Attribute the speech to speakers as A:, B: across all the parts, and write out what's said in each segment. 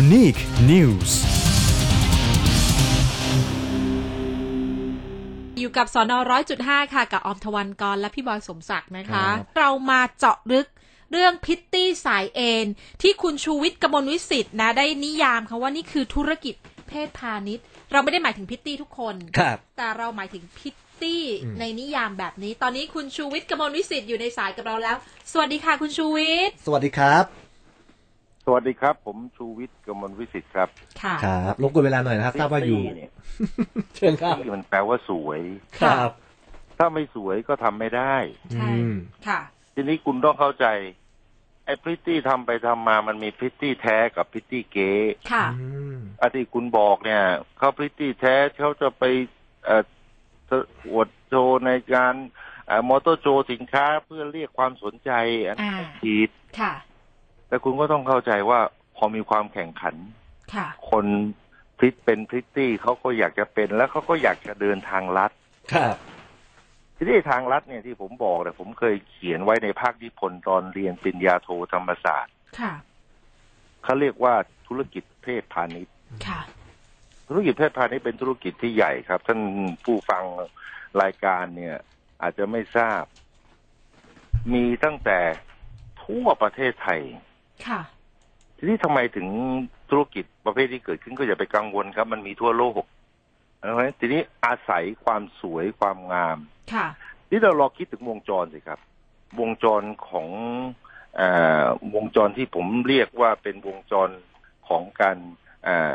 A: Unique News
B: อยู่กับสอนอร้อยจุดห้าค่ะ กับออมทวันกรและพี่บอยสมศักดิ์นะคะ
C: ครับ
B: เรามาเจาะลึกเรื่องพิตตี้สายเอ็นที่คุณชูวิทย์กมลวิสิทธ์นะ ได้นิยามคำว่านี่คือธุรกิจเพศพาณิชย์ เราไม่ได้หมายถึงพิตตี้ทุกคน
C: ครับ
B: แต่เราหมายถึงพิตตี้ในนิยามแบบนี้ ตอนนี้คุณชูวิทย์กมลวิสิทธิ์อยู่ในสายกับเราแล้ว สวัสดีค่ะคุณชูวิทย์
C: สวัสดีครับ
D: สวัสดีครับ ผมชูวิทย์กมลวิสิทธิ์ครับ
B: ค่ะ
C: ครับรบกวนเวลาหน่อยนะครับทราบว่าอยู่
D: ตี้เนี่ย
C: เชิญครับ
D: ตี้มันแปลว่าสวย
C: ครับ
D: ถ้าไม่สวยก็ทำไม่ได้
B: ใช่
C: อืม
B: ค่ะ
D: ทีนี้คุณต้องเข้าใจ ไอ้พริตตี้ทำไปทำมามันมีพริตตี้แท้กับพริตตี้เก๋
B: ค่ะ
C: อืม
D: อาที่คุณบอกเนี่ยเขาพริตตี้แท้เขาจะไปเอ่ออวดโชว์ในการมอเตอร์โชว์สินค้าเพื่อเรียกความสนใจอัน
B: อ่า
D: ผิด
B: ค่ะ
D: แต่คุณก็ต้องเข้าใจว่าพอมีความแข่งขัน
B: ค่ะ
D: คนพริตเป็นพริตตี้เขาก็อยากจะเป็น แล้วเขาก็อยากจะเดินทางลัด
C: ครับ
D: ทีนี้ทางรัฐเนี่ยที่ผมบอกเนี่ยผมเคยเขียนไว้ในภาคที่พลตอนเรียนปริญญาโทธรรมศาสตร์
B: ค่ะ
D: เขาเรียกว่าธุรกิจเพศพาณิชย์
B: ค่ะ
D: ธุรกิจเพศพาณิชย์เป็นธุรกิจที่ใหญ่ครับ ท่านผู้ฟังรายการเนี่ย อาจจะไม่ทราบ มีตั้งแต่ทั่วประเทศไทย
B: ค่ะ
D: ทีนี้ทำไมถึงธุรกิจประเภทที่เกิดขึ้นก็อย่าไปกังวลครับ มันมีทั่วโลกเพราะฉะนั้นทีนี้อาศัยความสวยความงาม
B: ค่ะ
D: นี่เราลองคิดถึงวงจรสิครับ วงจรของเออวงจรที่ผมเรียกว่าเป็นวงจรของการเอ่อ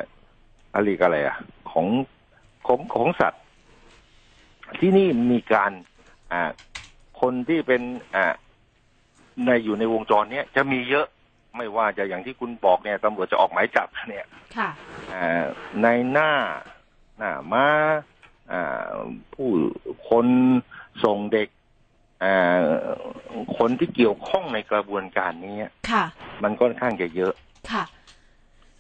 D: อะไรยกอะไรอ่ะ ของของของสัตว์ ที่นี่มีการอ่าคนที่เป็นอ่าในอยู่ในวงจรเนี้ยจะมีเยอะไม่ว่าจะอย่างที่คุณบอกเนี่ยตำรวจจะออกหมายจับเนี่ย
B: ค่ะ
D: อ่าในหน้าหน้ามาอ่าผู้คนส่งเด็กอ่าคนที่เกี่ยวข้องในกระบวนการนี้
B: ค่ะ
D: มันค่อนข้างจะเยอะ
B: ค่ะ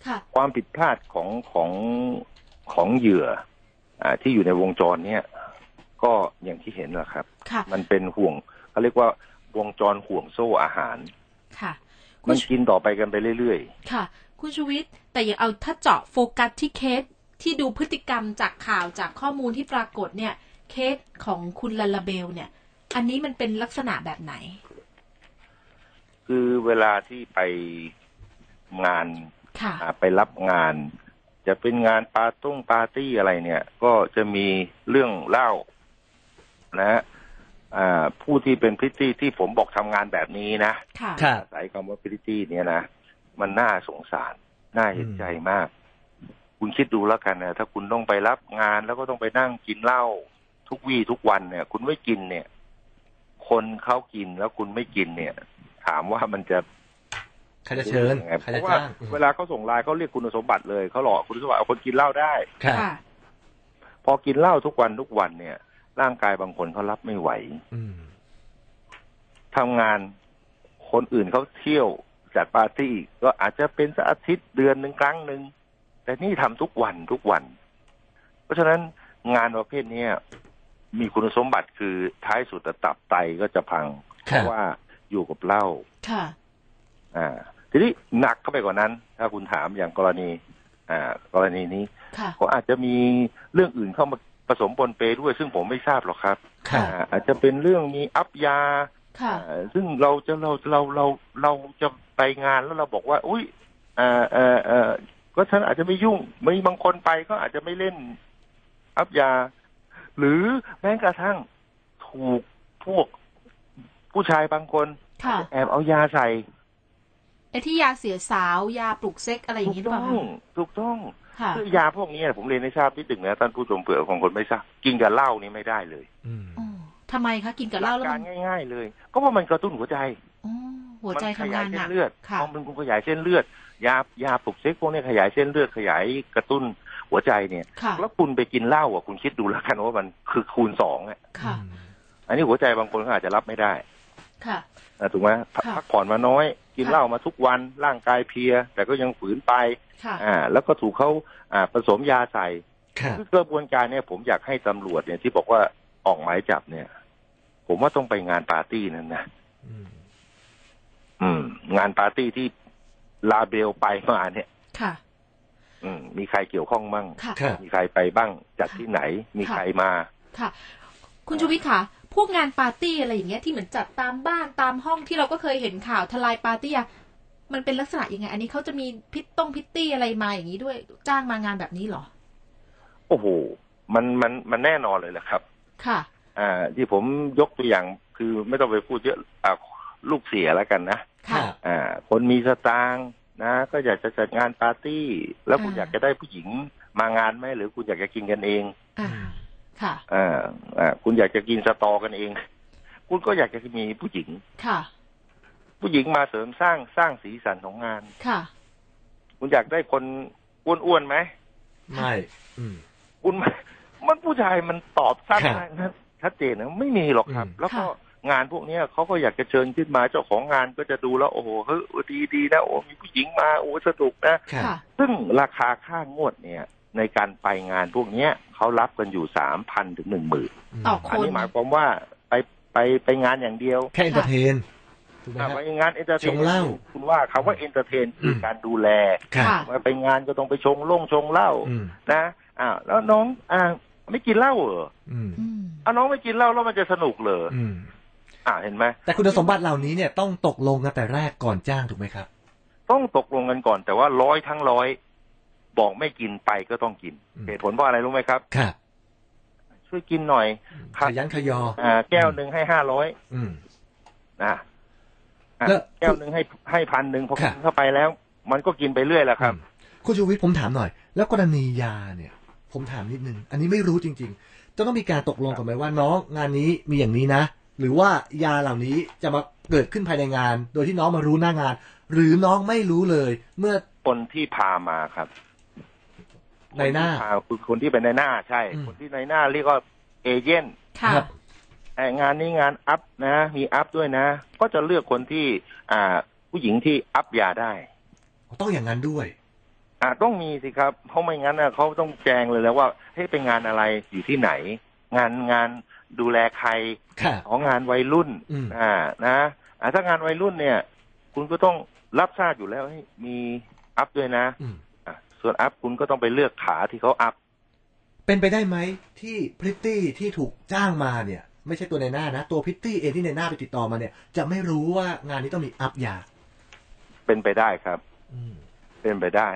B: ค่ะ
D: ความผิดพลาดของของของเหยื่ออาที่อยู่ในวงจรเนี้ยก็อย่างที่เห็นแหละครับ
B: ค่ะ
D: มันเป็นห่วงเขาเรียกว่าวงจรห่วงโซ่อาหาร
B: ค่ะ คุ
D: มั
B: ณ
D: น
B: ชู
D: กินต่อไปกันไปเรื่อย
B: ค่ะ คุณชูวิทย์ แต่อย่าเอาถ้าเจาะโฟกัสที่เคสที่ดูพฤติกรรมจากข่าวจากข้อมูลที่ปรากฏเนี่ย เคสของคุณลาลาเบลเนี่ย อันนี้มันเป็นลักษณะแบบไหน
D: ๆ คือเวลาที่ไปงาน
B: ค่ะ
D: อ่าไปรับงาน จะเป็นงานปาร์ตุ้งปาร์ตี้อะไรเนี่ย ก็จะมีเรื่องเล่านะฮะอ่าผู้ที่เป็นพริตตี้ที่ผมบอกทำงานแบบนี้นะ
B: ค่ะ
C: ครับ
D: อาศัยคำว่าพริตตี้เนี่ยนะ มันน่าสงสาร น่าเห็นใจมาก คุณคิดดูแล้วกันนะถ้าคุณต้องไปรับงานแล้วก็ต้องไปนั่งกินเหล้าทุกวี่ทุกวันเนี่ย คุณไม่กินเนี่ย คนเขากินแล้วคุณไม่กินเนี่ย ถามว่ามันจะ
C: ใครจะเชิญ
D: ยังไง
C: ใค
D: เพ
C: รจะ
D: ราะว่า
C: จ้าง
D: เวลาเขาส่งไลน์เขาเรียกคุณสมบัติเลยเขาหลอกคุณสมบัติเอาคนกินเหล้าได้
C: ครับ
B: ค่ะ
D: พอกินเหล้าทุกวันทุกวันเนี่ย ร่างกายบางคนเขารับไม่ไหว
C: อืม
D: ทำงานคนอื่นเขาเที่ยวจัดปาร์ตี้ก็อาจจะเป็นสักอาทิตย์เดือนหนึ่งครั้งหนึ่งแต่นี่ทำทุกวันทุกวัน เพราะฉะนั้นงานประเภทเนี้ยมีคุณสมบัติคือท้ายสุดตับไตก็จะพัง เพ
C: ครับ
D: ราะว่าอยู่กับเหล้า
B: ค่ะ
D: อ่า ทีนี้หนักเข้าไปกว่านั้น ถ้าคุณถามอย่างกรณี อ่า กรณีนี้
B: ค่ะ
D: ก็อาจจะมีเรื่องอื่นเข้ามาผสมปนเปด้วย ซึ่งผมไม่ทราบหรอกครับ
C: ครับ
D: อ่าอาจจะเป็นเรื่องมีอัพยา
B: ค่ะ
D: อ่าซึ่งเราจะเราเราเราเราจะไปงานแล้วเราบอกว่า อุ้ยอ่าเอ่อเอ่อก็ฉันอาจจะไม่ยุ่งมีบางคนไปก็อาจจะไม่เล่นอัพยา หรือแม้กระทั่งถูกพวกผู้ชายบางคน
B: ค่ะ
D: แอบเอายาใส่
B: ไอ้ที่ยาเสียสาว ยาปลุกเซ็กอะไรอย่าง
D: ถู
B: นี้
D: ก
B: หรือเป
D: ต้
B: ล่า
D: อง
B: คะ
D: ถูกต้อง
B: ค่ะ
D: คือยาพวกนี้ผมเรียนให้ทราบนิดหนึ่งนะท่านผู้ชมเผื่อของคนไม่ทราบกินกับเหล้านี่ไม่ได้เลย
C: อืม
B: อ๋อทำไมคะกินกับเหล้า
D: ห
B: แล้
D: ลั
B: ว
D: กกา
B: มั
D: ร
B: น
D: ง่าย ๆ เลย ก็ว่ามันกระตุ้นหัวใจ
B: อ๋อหัวใจ
D: มัขยา
B: ทำา
D: ง
B: ย นห
D: เส้น
B: นัก
D: เลือด
B: ค่ะ
D: ความเป็นคุณขยายเส้นเลือด ยายาปลุกเซ็กพวกนี้ขยายเส้นเลือดขยายกระตุ้นหัวใจเนี่ย
B: ค่ะ
D: แล้วคุณไปกินเหล้าอ่ะคุณคิดดูแล้วกันว่ามันคือคูณสองอ่ะ
B: ค่ะ
D: อันนี้หัวใจบางคนก็อาจจะรับไม่ได้
B: ค่ะ
D: นะถูกไหมพัก
B: ค่ะ
D: พักผ่อนมาน้อย กิน
B: ค่ะ
D: เหล้ามาทุกวันร่างกายเพลีย แต่ก็ยังฝืนไป
B: ค่ะ
D: อ่า แล้วก็ถูกเขาอ่าผสมยาใส่
C: ครับ
D: คือกระบวนการเนี่ยผมอยากให้ตำรวจเนี่ยที่บอกว่าออกหมายจับเนี่ย ผมว่าต้องไปงานปาร์ตี้นั้นนะ
C: อืม
D: อืม งานปาร์ตี้ที่ลาเบลไปมาเนี่ย
B: ค่ะ
D: อืมมีใครเกี่ยวข้องบ้าง
B: ค่ะ
C: ค่ะ
D: มีใครไปบ้างจากที่ไหน มี
B: ค่ะ
D: ใครมา
B: ค่ะ คุณชูวิทย์ค่ะ พวกงานปาร์ตี้อะไรอย่างเงี้ยที่เหมือนจัดตามบ้านตามห้องที่เราก็เคยเห็นข่าวทลายปาร์ตี้อะมันเป็นลักษณะยังไง อันนี้เขาจะมีพิตต้องพิตตี้อะไรมาอย่างนี้ด้วย จ้างมางานแบบนี้เหรอ
D: โอ้โห มันมันมันแน่นอนเลยแหละครับ
B: ค่ะ
D: อ่า ที่ผมยกตัวอย่างคือไม่ต้องไปพูดเยอะอ่าลูกเสียแล้วกันนะ
B: ค่ะ
D: อ่า คนมีสตางค์นะ ก็อยากจะจัดงานปาร์ตี้ แล้วคุณ
B: อ่า
D: อยากจะได้ผู้หญิงมางานไหมหรือคุณอยากจะกินกันเอง
B: อ่า ค่ะ
D: อ่า อ่า คุณอยากจะกินสตอกันเอง คุณก็อยากจะมีผู้หญิง
B: ค่ะ
D: ผู้หญิงมาเสริมสร้างสร้างสีสันของงาน
B: ค่ะ
D: คุณอยากได้คนอ้วนๆไหม
C: ไม่อืม
D: คุณ มันมันผู้ชายมันตอบสั้น
C: ครับ
D: ได้นะชัดเจนนะไม่มีหรอกครับ
C: อืม
D: แล้วก็
B: ค่
D: งานพวกเนี้ยเขาก็อยากจะเชิญขึ้นมาเจ้าของงานก็จะดูแล้ว โอ้โหเฮ้ยดีดีนะโอ้มีผู้หญิงมาโอ้สนุกนะ
C: ค่ะ
B: ค่ะ
D: ซึ่งราคาค่างวดเนี่ย ในการไปงานพวกเนี้ยเขารับกันอยู่สามพันถึงหนึ่งหมื่น
B: ต่อ
D: อัน
B: คน
D: นี้หมายความว่าไปไปไปงานอย่างเดียว
C: แค่เอนเตอร์เทนถูกไหม
D: อ่ะ
C: ฮะ
D: ไปงานเอนเตอร์เท
C: ช
D: น
C: งเหล้า
D: คุณว่าคาว่าเอนเตอร์เทนคือ
C: ม
D: การดูแล
C: ค่ะ
B: ค่ะ
D: ไปงานก็ต้องไปชงล่งชงเหล้า
C: อืม
D: นะอ่าวแล้วน้องอ่าไม่กินเหล้าเหรอ
C: อืม
B: อืม
D: เอาน้องไม่กินเหล้าแล้วมันจะสนุกเหรอ
C: อืม
D: อ่าเห็นไหม
C: แต่คุณสมบัติเหล่านี้เนี่ยต้องตกลงกันแต่แรกก่อนจ้างถูกไหมครับ
D: ต้องตกลงกันก่อน แต่ว่าร้อยทั้งร้อย บอกไม่กินไปก็ต้องกิน
C: อืม
D: เหตุผลเพราะอะไรรู้ไหมครับ
C: ค่ะ
D: ช่วยกินหน่อย
C: ข
D: ครับ
C: ยันขยอ
D: อ่า แก้วหนึ่งให้ห้าร้อย
C: อืม
D: นะอ่ะ
C: แล้ว
D: แก้วหนึ่งให้ให้พันหนึ่งพอ
C: ครั
D: กิ
C: บ
D: นเข้าไปแล้ว มันก็กินไปเรื่อยแหละครับ
C: คุณชูวิทย์ผมถามหน่อย แล้วกรณียาเนี่ย ผมถามนิดนึง อันนี้ไม่รู้จริง ๆ จะต้องมีการตกลงกันไหมว่าน้องงานนี้มีอย่างนี้นะ หรือว่ายาเหล่านี้จะมาเกิดขึ้นภายในงาน โดยที่น้องมารู้หน้างาน หรือน้องไม่รู้เลย เมื่อ
D: คนที่พามาครับ
C: ในหน้า
D: คที่พคือคนที่เป็นในหน้าใช่
C: อืม
D: คนที่ในหน้าเรียกว่าเอเจนต์
B: ค่ะ
C: ครับ
D: ไอ้งานนี้งานอัพนะ มีอัพด้วยนะ ก็จะเลือกคนที่ อ่า ผู้หญิงที่อัพยาได้
C: ต้องอย่างนั้นด้วย
D: อ่าต้องมีสิครับ เพราะไม่งั้นน่ะเขาต้องแจงเลยแล้วว่าเฮ้ยเป็นงานอะไรอยู่ที่ไหน งานงานดูแลใคร
C: ค่ะ
D: ของงานวัยรุ่น
C: อืม
D: อ่านะอ่าถ้างานวัยรุ่นเนี่ย คุณก็ต้องรับทราบอยู่แล้วเฮ้ยมีอัพด้วยนะ
C: อืม
D: อ่ะส่วนอัพคุณก็ต้องไปเลือกขาที่เขาอัพ
C: เป็นไปได้ไหมที่พริตตี้ที่ถูกจ้างมาเนี่ย ไม่ใช่ตัวในหน้านะ ตัวพริตตี้เองที่ในหน้าไปติดต่อมาเนี่ย จะไม่รู้ว่างานนี้ต้องมีอัพยา
D: เป็นไปได้ครับ
C: อืม
D: เป็นไปได้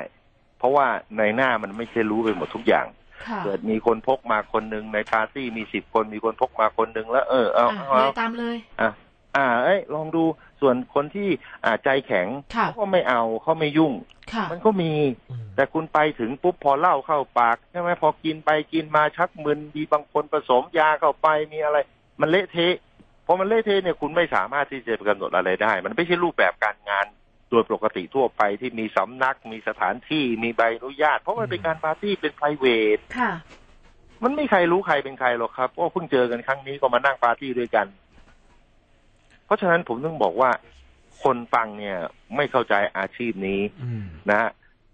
D: เพราะว่าในหน้ามันไม่ใช่รู้ไปหมดทุกอย่าง
B: ค่ะ
D: เกิดมีคนพกมาคนหนึ่งในปาร์ตี้มีสิบคนมีคนพกมาคนหนึ่งแล้วเออเอา
B: อ่ะ
D: เอา
B: เล
D: เอา
B: ยตามเลย
D: อ่ะอ่า เอ้ย ลองดู ส่วนคนที่อ่าใจแข็ง
B: ค่ะ
D: เขาก็ไม่เอาเขาไม่ยุ่ง
B: ค่ะ
D: มันก็มี
C: อืม
D: แต่คุณไปถึงปุ๊บพอเหล้าเข้าปากใช่ไหมพอกินไปกินมาชักมึนมีบางคนผสมยาเข้าไปมีอะไร มันเละเทะพอมันเละเทะเนี่ยคุณไม่สามารถที่จะไปกำหนดอะไรได้ มันไม่ใช่รูปแบบการงานโดยปกติทั่วไปที่มีสำนัก มีสถานที่มีใบอนุญาต เพราะมันเป็นการปาร์ตี้เป็น p r i v a t
B: ค่ะ
D: มันไม่มีใครรู้ใครเป็นใครหรอกครับเพราะเพิ่งเจอกันครั้งนี้ก็มานั่งปาร์ตี้ด้วยกัน เพราะฉะนั้นผมต้องบอกว่า คนฟังเนี่ย ไม่เข้าใจอาชีพนี้
C: อืม
D: นะฮะ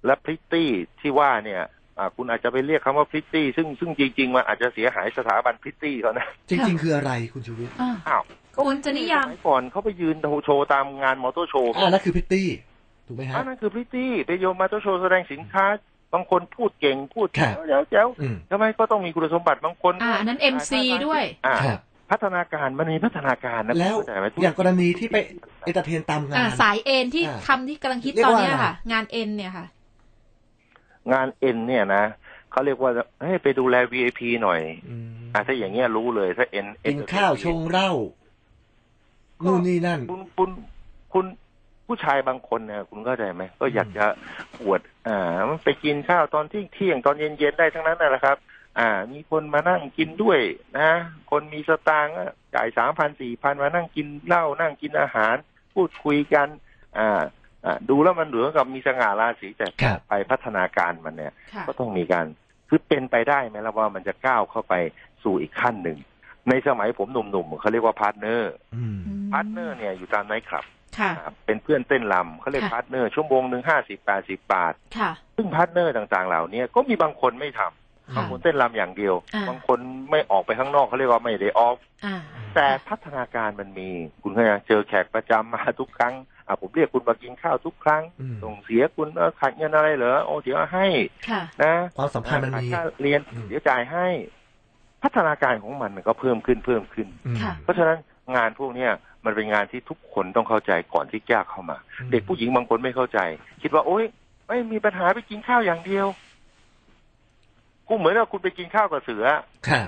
D: และพริตตี้ที่ว่าเนี่ยอ่าคุณอาจจะไปเรียกคำว่าพริตตี้ซึ่งซึ่งจริง ๆ มันอาจจะเสียหายสถาบันพริตตี้เขานะ
C: จริง ๆ คืออะไรคุณชูวิทย์
B: อ่า
D: อ้าว
B: คุณจะนิยาม
D: สก่อนเขาไปยืนโชว์ตามงานมอเตอร์โชว์
C: อ่านั่นคือพริตตี้ถูกไหมฮะ
D: อันนั้นคือพริตตี้ไปโยมมอเตอร์โชว์แสดงสินค้า บางคนพูดเก่งพูด
C: ครับ
D: แจ๋วแจ๋วแจ๋ว
C: อืม
D: ทำไมก็ต้องมีคุณสมบัติบางคน
B: อ่าอันนั้น MC ด้วย
D: อ่า
C: ครับ
D: พัฒนาการมันมีพัฒนาการนะ
C: แล้ว
D: เข้าใจไหมทุ
C: อย่างกรณีที่ไปเอนเตอร์เทนตามงา
B: อ่าน สายเอ็นที่
C: อ่า
B: คำที่กำลังฮิต
C: เรีย
B: ต
C: ก
B: อ
C: ว่า
B: นเนี้ย
C: อะไร
B: ค่ะ งานเอ็นเนี่ยค่ะ
D: งานเอ็นเนี่ยนะเขาเรียกว่าให้ยไปดูแล VIP หน่อย
C: อืม
D: อ่ะถ้าอย่างเงี้ยรู้เลยถ้าเอ็น
C: กินข้าวชงเหล้านู่นนี่นั่น
D: คุณคุณคุณผู้ชายบางคนเนี่ยคุณเข้าใจไหมก็อยากจะอวด อ่ามันไปกินข้าวตอนเที่ยงเที่ยงตอนเย็นเย็นๆได้ทั้งนั้นนะแหละครับ อ่า มีคนมานั่งกินด้วยนะ คนมีสตางค์อะจ่ายสามพันสี่พันมานั่งกินเหล้านั่งกินอาหาร พูดคุยกัน อ่า อ่าดูแล้วมันเหลือนกับมีสง่าราศีแต่
C: ครับ
D: ไปพัฒนาการมันเนี่ย
B: ค่ะ
D: ก็ต้องมีการคือเป็นไปได้ไหมล่ะว่ามันจะก้าวเข้าไปสู่อีกขั้นหนึ่ง ในสมัยผมหนุ่มๆเขาเรียกว่าพาร์ทเนอร์
C: อืม
D: พาร์ทเนอร์เนี่ยอยู่ตามไนท์คลับ
B: ค่ะ
D: นะครับเป็นเพื่อนเต้นลำเขาเรียก
B: ค่ะ
D: พาร์ทเนอร์ชั่วโมงหนึ่งห้าสิบแปดสิบบาท
B: ค่ะ
D: ซึ่งพาร์ทเนอร์ต่างๆ เหล่านี้ก็มีบางคนไม่ทำ
B: ค่ะ
D: บางคนเต้นลำอย่างเดียว
B: อ่า
D: บางคนไม่ออกไปข้างนอกเขาเรียกว่าไม่ได้ออฟ
B: อ่า
D: แต่พัฒนาการมันมี คุณเข้าใจไหมเจอแขกประจำมาทุกครั้ง อ่ะผมเรียกคุณมากินข้าวทุกครั้ง
C: อืม
D: ส่งเสียคุณเอ่อขาดเงินอะไรเหรอโอ้เดี๋ยวให้
B: ค่ะ
D: นะ
C: ความสัมพันธ์มัน
D: ขาด
C: มี
D: ค่าเรียน
C: อืม
D: เดี๋ยวจ่ายให้ พัฒนาการของมันมันก็เพิ่มขึ้นเพิ่มขึ้น
C: อืม
B: ค่ะ
D: เพราะฉะนั้นงานพวกเนี้ยมันเป็นงานที่ทุกคนต้องเข้าใจก่อนที่จะเข้ามา เด็กผู้หญิงบางคนไม่เข้าใจ คิดว่าโอ๊ยไม่มีปัญหาไปกินข้าวอย่างเดียวกูเหมือนว่าคุณไปกินข้าวกับเสือ
C: ค่ะ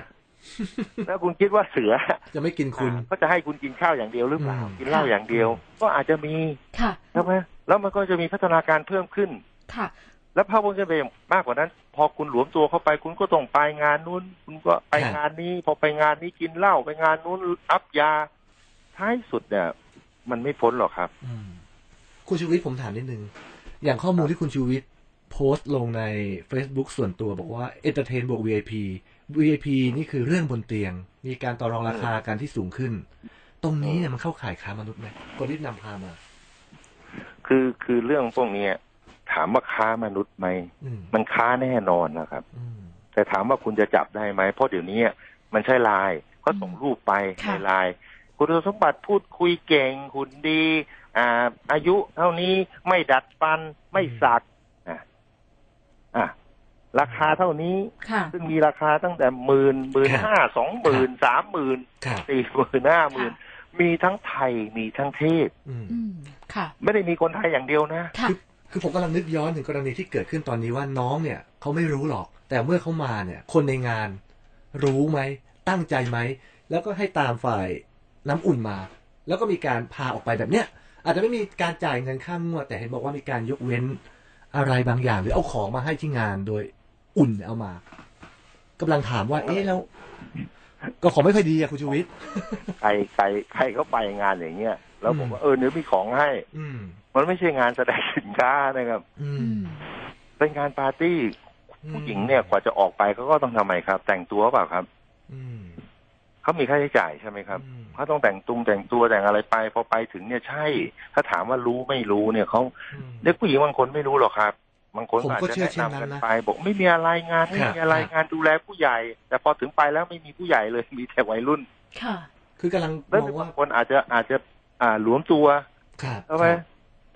D: แล้วคุณคิดว่าเสือ
C: จะไม่กินคุณ
D: อ่าก็จะให้คุณกินข้าวอย่างเดียวหรือเปล่า
C: อืม
D: กินเหล้าอย่างเดียว ก็อาจจะมี
B: ค่ะ
D: ใช่ไหมแล้วมันก็จะมีพัฒนาการเพิ่มขึ้น
B: ค่ะ
D: แล้วภาพวงจรไปมากกว่านั้น พอคุณหลวมตัวเข้าไป คุณก็ต้องไปงานนู้น คุณก็ไป
C: ครับ
D: งานนี้ พอไปงานนี้กินเหล้าไปงานนู้นอัพยา ท้ายสุดเนี่ย มันไม่พ้นหรอกครับ
C: อืมคุณชูวิทย์ผมถามนิดนึง อย่างข้อมูลที่คุณชูวิทย์โพสต์ลงใน Facebook ส่วนตัวบอกว่า Entertain บวก VIP VIP นี่คือเรื่องบนเตียง มีการต่อรองราคาการที่สูงขึ้น ตรงนี้เนี่ยมันเข้าข่ายค้ามนุษย์ไหมคนที่นำพามา
D: คือคือเรื่องพวกเนี้ยถามว่าค้ามนุษย์ไหม
C: อืม
D: มันค้าแน่นอนนะครับ
C: อืม
D: แต่ถามว่าคุณจะจับได้ไหมเพราะเดี๋ยวนี้มันใช้ไลน์ก็ส่งรูปไป
B: ค่ะ
D: ในไลน์คุณสมบัติพูดคุยเก่งหุ่นดี อ่า อายุเท่านี้ไม่ดัดฟันไม่สักอ่ะอ่ะราคาเท่านี้
B: ค่ะ
D: ซึ่งมีราคาตั้งแต่หมื่นหมื่นห้าสองหมื่นสามหมื่น
C: ค่ะ
D: สี่หมื่นห้าหมื่นมีทั้งไทยมีทั้งเทศ
C: อืม
B: อืม ค่ะ
D: ไม่ได้มีคนไทยอย่างเดียวนะ
B: ค่ะ
C: คือผมกำลังนึกย้อนถึงกรณีที่เกิดขึ้นตอนนี้ว่าน้องเนี่ยเขาไม่รู้หรอก แต่เมื่อเขามาเนี่ย คนในงาน รู้ไหม ตั้งใจไหม แล้วก็ให้ตามฝ่ายน้ำอุ่นมา แล้วก็มีการพาออกไปแบบเนี้ย อาจจะไม่มีการจ่ายเงินค่างวดแต่เห็นบอกว่ามีการยกเว้นอะไรบางอย่าง หรือเอาของมาให้ที่งานโดยอุ่นเอามากำลังถามว่า เอ๊ะแล้ว ก็ของไม่ค่อยดีอะคุณชูวิทย์
D: ใครใครใครเขาไปงานอย่างเงี้ยแล้วผมว่า
C: อืม
D: เออเนื้อมีของให้
C: อืม
D: มันไม่ใช่งานแสดงสินค้านะครับ
C: อื
B: อื
C: ม
B: ม
D: เป็นงานปาร์ตี้ผู้หญิงเนี่ยกว่าจะออกไปเขาก็ต้องทำไมครับ แต่งตัวเปล่าครับ
C: อืม
D: เขามีค่าใช้จ่ายใช่ไหมครับ
C: อืม
D: เขาต้องแต่งตุงแต่งตัวแต่งอะไรไปพอไปถึงเนี่ยใช่ ถ้าถามว่ารู้ไม่รู้เนี่ยเขา
C: อืม
D: เด็กผู้หญิงบางคนไม่รู้หรอกครับบางคน
C: ผม
D: ก็อาจ
C: ก็
D: จะ
C: เชื่อ
D: แนะ
C: เช่นนั้น
D: นำ
C: นะ
D: กันไป บอกไม่มีอะไรงานไม่
C: ครับ
D: มีอะไร
C: ครับ
D: งานดูแลผู้ใหญ่ แต่พอถึงไปแล้วไม่มีผู้ใหญ่เลย มีแต่วัยรุ่น
B: ค่ะ
C: คือกำลังม
D: แล้ว
C: องว่า
D: บางคนอาจจะอาจจะอ่าหลวมตัว
C: ครับ
D: ใช่ไหม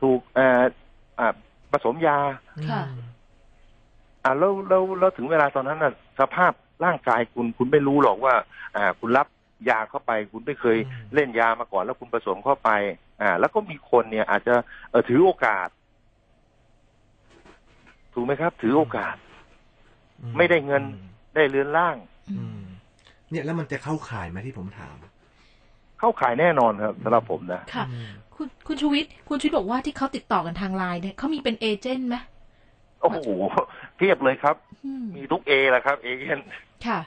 D: ถูกเอ่ออ่าผสมยา
C: อืม
B: ค่ะ
D: อ่าแล้วแล้วแล้วถึงเวลาตอนนั้นน่ะ สภาพร่างกายคุณคุณไม่รู้หรอกว่า อ่า คุณรับยาเข้าไป คุณไม่เคย
C: อืม
D: เล่นยามาก่อนแล้วคุณผสมเข้าไป อ่า แล้วก็มีคนเนี่ย อาจจะเอ่อถือโอกาส ถูกไหมครับ ถือโอกาส
C: อื
D: ไม่ได้เงิน ได้เรือนร่าง
C: อืมเนี่ยแล้วมันจะเข้าข่ายไหมที่ผมถาม
D: เข้าขายแน่นอนครับสำหรับผมนะ
B: ค่ะ
C: อืม
B: คุณคุณชูวิทย์คุณชูวิทย์บอกว่าที่เขาติดต่อกันทางไลน์เนี่ยเขามีเป็นเอเจนต์ไหม
D: โอ้โหเทียบเลยครับ
B: อืม
D: มีทุกเอแหละครับ เอเย่น
B: ค่ะ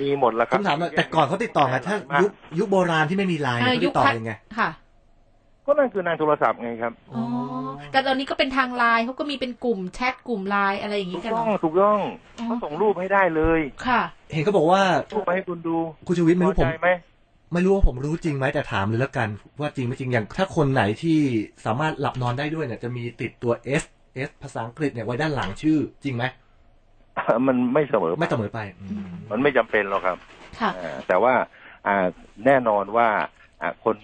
D: มีหมดแล้วค
C: ผ
D: รับ
C: มถามหน่อยแต่ก่อนเขาติดต่อกันถ้ายุคยุคโบราณที่ไม่มีไลน์เนี่ย
B: อ่า
C: เขา
B: ยุ
C: ติดต่
B: ค
C: อ
B: พัด
C: ยังไง
B: ค่ะ
D: ก็นั่นคือนางโทรศัพท์ไงครับ
B: อ๋อ แต่ตอนนี้ก็เป็นทางไลน์เขาก็มีเป็นกลุ่มแชทกลุ่มไลน์อะไรอย่าง
D: ถู
B: งี้
D: ก
B: กันเหร
D: ต้อ
B: อง
D: ถูกต้อง
B: อ๋อ
D: เขาส่งรูปให้ได้เลย
B: ค่ะ
C: เห็นเขาบอกว่า
D: รูปไปให้คุณดู
C: คุณชูวิทย์ไม่
D: พอ
C: รู้ผ
D: ใจ
C: ม
D: ไหม
C: ไม่รู้ว่าผมรู้จริงไหมแต่ถามเลยแล้วกันว่าจริงไม่จริงอย่าง ถ้าคนไหนที่สามารถหลับนอนได้ด้วยเนี่ย จะมีติดตัว S S ภาษาอังกฤษเนี่ยไว้ด้านหลังชื่อ จริงไหม
D: มันไม่เสมอไป
C: ไม่เสมอไปอืม
D: มันไม่จำเป็นหรอกครับ
B: ค่ะ
D: อ่าแต่ว่าอ่าแน่นอนว่าอ่าคน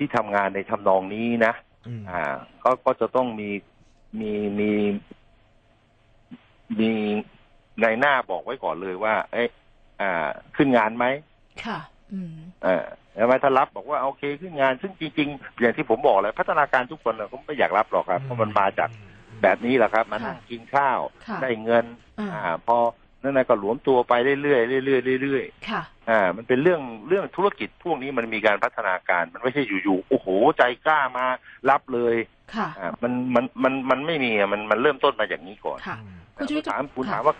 D: ที่ทำงานในทำนองนี้นะ
C: อืม
D: อ่าก็ก็จะต้องมีมีมีมีในหน้าบอกไว้ก่อนเลยว่า เอ๊ะอ่า ขึ้นงานไหม
B: ค่ะ อืม
D: เออแล้วมาถ้ารับบอกว่าโอเคขึ้นงาน ซึ่งจริงๆ อย่างที่ผมบอกเลยพัฒนาการทุกคนน่ะก็ไม่อยากรับหรอกครับเพราะมันมาจาก แบบนี้แหละครับ มานั่งกินข้าว
B: ค่ะ
D: ได้เงิน
B: อ่า
D: อ่า พอนั่นนะก็หลวมตัวไปเรื่อยๆเรื่อยๆเรื่อย
B: ค่ะ
D: ๆอ่า มันเป็นเรื่องเรื่องธุรกิจพวกนี้มันมีการพัฒนาการ มันไม่ใช่อยู่ๆโอ้โหใจกล้ามารับเลย
B: ค่ะ
D: อ่ามันมันมันมันไม่มีอ่ะมันมันเริ่มต้นมาอย่างนี้ก่อน
B: ค่ะ
C: อืม
B: คุณชูวิทย์จะ
D: ถามคุณ
B: ค่ะ
D: ถามว่า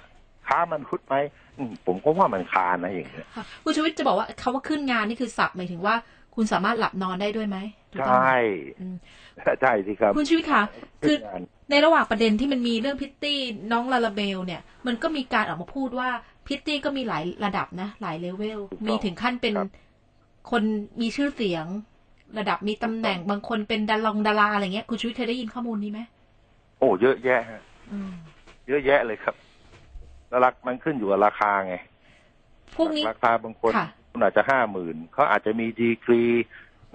D: ค้ามันคุดไหมอืมผมก็ว่ามันคานะอย่างเงี้ย
B: ค่ะคุณชูวิทย์จะบอกว่าคำว่าขึ้นงานนี่คือศัพท์หมายถึงว่า คุณสามารถหลับนอนได้ด้วยไหมถูก
D: ใช
B: ต้องไหม่ อืม
D: ใช่สิครับ
B: คุณชูวิทย์คะคือ
D: ขึ้นงาน
B: ในระหว่างประเด็นที่มันมีเรื่องพิตตี้น้องลาลาเบลเนี่ยมันก็มีการออกมาพูดว่าพิตตี้ก็มีหลายระดับนะ หลายเลเวล มีถึงขั้นเป็นคนมีชื่อเสียง ระดับมีตำแหน่งบางคนเป็นดารองดาราอะไรเงี้ยคุณชูวิทย์เคยได้ยินข้อมูลนี้ไหม
D: โอ้เยอะแยะฮะ
B: อืม
D: เยอะแยะเลยครับแล้วรักมันขึ้นอยู่กับราคาไง
B: พวกนี้
D: ราคาบางคน
B: ค่ะ
D: คุณอาจจะห้าหมื่นเขาอาจจะมีดีกรี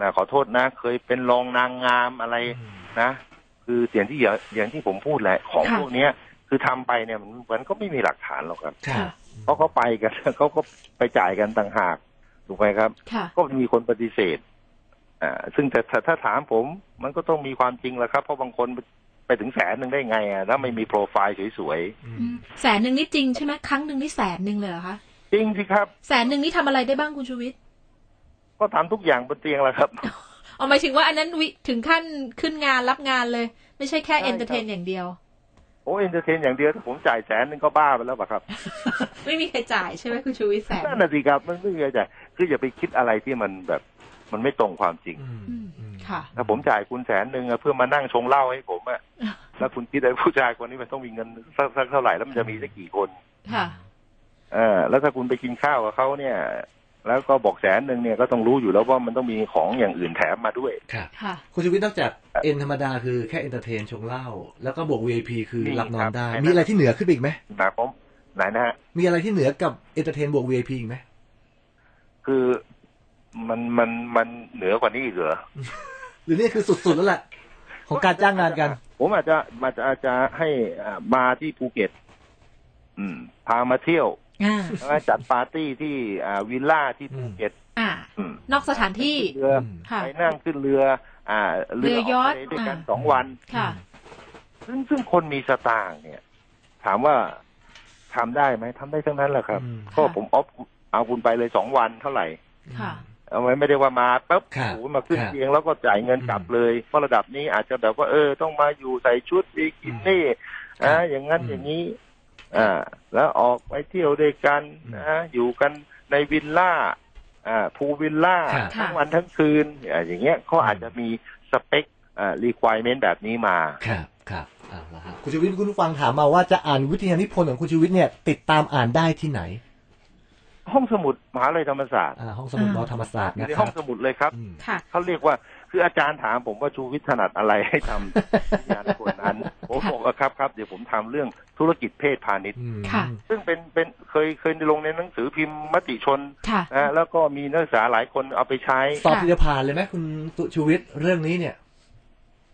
D: นะขอโทษนะ เคยเป็นรองนางงามอะไรนะ คือเสียงที่อย่าอย่างที่ผมพูดแหละของ
B: ค่ะ
D: พวกเนี้ย คือทำไปเนี่ยมันมันก็ไม่มีหลักฐานหรอกครับ
C: ค่ะ
D: เพราะเขาไปกัน เขาก็ไปจ่ายกันต่างหากถูกไหมครับ
B: ค่ะ
D: ก็มีคนปฏิเสธอ่าซึ่งแต่ถ้าถ้าถามผม มันก็ต้องมีความจริงแหละครับ เพราะบางคนไปถึงแสนหนึ่งได้ไงอ่ะถ้าไม่มีโปรไฟล์สวย
B: อืมแสนหนึ่งนี่จริงใช่ไหมครั้งหนึ่งนี่แสนหนึ่งเลยเหรอคะ
D: ๆ จริงสิครับ
B: แสนหนึ่งนี่ทำอะไรได้บ้างคุณชูวิทย์
D: ก็ทำทุกอย่างบนเตียงแหละครับ
B: เอาหมายถึงว่าอันนั้นวิถึงขั้นขึ้นงานรับงานเลย ไม่ใช่แค่
D: ใช่ครับ
B: เอนเตอร์เทนอย่างเดียว
D: โอ้เอนเตอร์เทนอย่างเดียวถ้าผมจ่ายแสนหนึ่งก็บ้าไปแล้วป่ะครับ
B: ไม่มีใครจ่ายใช่ไหมคุณชูวิทย์แสน
D: นั่นน่ะสิครับ มันไม่มีอะไรจ่ายคืออย่าไปคิดอะไรที่มันแบบ มันไม่ตรงความจริง
B: อืมค่ะ
D: ถ้าผมจ่ายคุณแสนหนึ่งอะเพื่อมานั่งชงเหล้าให้ผมอะ
B: อ่ะ
D: แล้วคุณคิดไอ้ผู้ชายคนนี้มันต้องมีเงินสักสักเท่าไหร่แล้วมันจะมีสักกี่คน
B: ค่ะ
D: เออแล้วถ้าคุณไปกินข้าวกับเขาเนี่ย แล้วก็บอกแสนหนึ่งเนี่ยก็ต้องรู้อยู่แล้วว่ามันต้องมีของอย่างอื่นแถมมาด้วย
C: ครับ
B: ค่ะ
C: คุณชีวิตนอกจากเอ็นธรรมดาคือแค่เอนเตอร์เทนชงเหล้าแล้วก็บวก VIP คือ
D: มี
C: รับนอ
D: ค
C: น
D: รับ
C: ได้
D: ใช่ครับ
C: มีอะไรที่เหนือขึ้นไปอีกไหม
D: หมายความไหนนะฮะ
C: มีอะไรที่เหนือกับเอนเตอร์เทนบวก VIP อีกไหม
D: คือมันมันมันเหนือกว่านี้อีกเหรอ
C: หรือนี่คือสุดๆแล้วแหละของการจ้างงานกัน
D: ผมอาจจะมาจะอาจจะให้อ่ามาที่ภูเก็ต อืม พามาเที่ยว
B: อ่า
D: แล้วก็จัดปาร์ตี้ที่อ่าวิลล่าที่ภูเก็ต
B: อ่า
D: อืม
B: นอกสถานที่
D: เรือ
C: อืม
B: ค่ะ
D: ไปนั่งขึ้นเรือ อ่า
B: เรือยอชต์
D: กไปด้วยกัน
B: อ่า
D: สองวัน
B: ค่ะ
D: ซึ่งซึ่งคนมีสตางค์เนี่ย ถามว่าทำได้ไหมทำได้ทั้งนั้นแหละครับ
C: อืม
D: ก็ผมออฟเอาคุณไปเลยสองวันเท่าไหร่
B: ค่ะ
D: เอาไว้ไม่ได้ว่ามาปั๊บ
C: ครับ
D: โอ้โหมาขึ้น
C: ครับ
D: เตียงแล้วก็จ่ายเงินกลับ
C: อืม
D: เลยเพราะระดับนี้อาจจะแบบว่าเออ ต้องมาอยู่ใส่ชุดบิกินี่
C: ครับ
D: อ่าอย่างนั้น
C: อืม
D: อย่างนี้ อ่า แล้วออกไปเที่ยวด้วยกัน
C: อืม
D: นะอยู่กันในวิลล่า อ่าพูลวิลล่า
C: ครับ
D: ทั้งวันทั้งคืนอ่าอย่างเงี้ยเขาอาจจะมีสเปคอ่ารีควอรเมนต์แบบนี้มา
C: ครับครับเอาละฮะคุณชีวิตคุณผู้ฟังถามมาว่าจะอ่านวิทยานิพนธ์ของคุณชีวิตเนี่ย ติดตามอ่านได้ที่ไหน
D: ห้องสมุดมหาลัยธรรมศาสตร์
C: อ่าห้องสมุด
B: อ่าม ม
C: ธรรมศาสตร์
D: อยู่
C: นะ
D: ใน
C: ค
D: ห้
C: รั
D: อบ งสมุดเลยครับ
C: อืม
B: ค่ะ
D: เขาเรียกว่าคืออาจารย์ถามผมว่าชูวิทย์ถนัดอะไรให้ทำ งานคนนั้นผมบอกว่าครับครับเดี๋ยวผมทำเรื่องธุรกิจเพศพาณิชย์
C: อืม
B: ค่ะ
D: ซึ่งเป็นเป็นเคยเคยลงในหนังสือพิมพ์มติชน
B: ค่ะ
D: นะแล้วก็มีนักศึกษาหลายคนเอาไปใช้
C: สอบพิจผ่านเลยไหมคุณตุชูวิทย์เรื่องนี้เนี่ย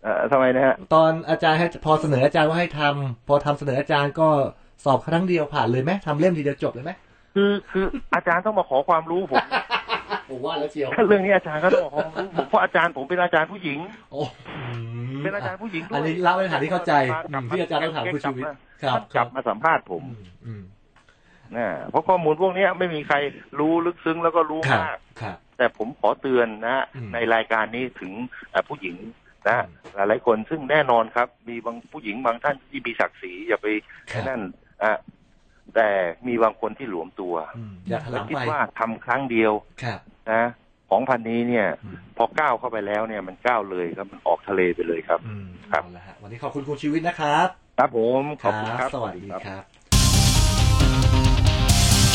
D: เอ่อทำไมนะฮะ
C: ตอนอาจารย์ให้พอเสนออาจารย์ว่าให้ทำพอทำเสนออาจารย์ก็สอบครั้งเดียวผ่านเลยไหมทำเล่มทีเดียวจบเลยไหม
D: คือคืออาจารย์ต้องมาขอความรู้ผม
C: ผมว่าแล้วเชียว
D: เรื่องนี้อาจารย์ก็ต้องมาขอความรู้ผมเพราะอาจารย์ผมเป็นอาจารย์ผู้หญิง
C: โอ้
D: เป็นอาจารย์ผู้หญิงด้วย
C: อันนี้เล่าในฐานที่เข้าใจ
D: กลับมา
C: ที่อาจารย์ต้องถามคุณชูวิทย์ครับ
D: ท่านกลับมาสัมภาษณ์ผม
C: อืมอืม
D: นะเพราะข้อมูลพวกเนี้ยไม่มีใครรู้ลึกซึ้งแล้วก็รู้
C: ครับ
D: มาก
C: ครับ
D: แต่ผมขอเตือนนะฮะ
C: อืม
D: ในรายการนี้ถึงเอ่อผู้หญิงนะฮะ
C: อืม
D: หลายๆคนซึ่งแน่นอนครับ มีบางผู้หญิงบางท่านที่มีศักดิ์ศรีอย่าไป
C: ครั
D: นั่
C: บ
D: นอ่ะแต่มีบางคนที่หลวมตัว
C: อืมอยากถ
D: และ
C: ลำ
D: คิด
C: ไป
D: ว่าทำครั้งเดียว
C: ครับ
D: นะของพันนี้เนี่ย
C: อืม
D: พอก้าวเข้าไปแล้วเนี่ยมันก้าวเลยครับมันออกทะเลไปเลยครับ
C: อืม
D: ครับ
C: เอาละฮะวันนี้ขอบคุณคุณชีวิตนะครับ
D: ครับผมขอบคุณครับ
C: สวัสดีครับ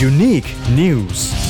A: Unique News.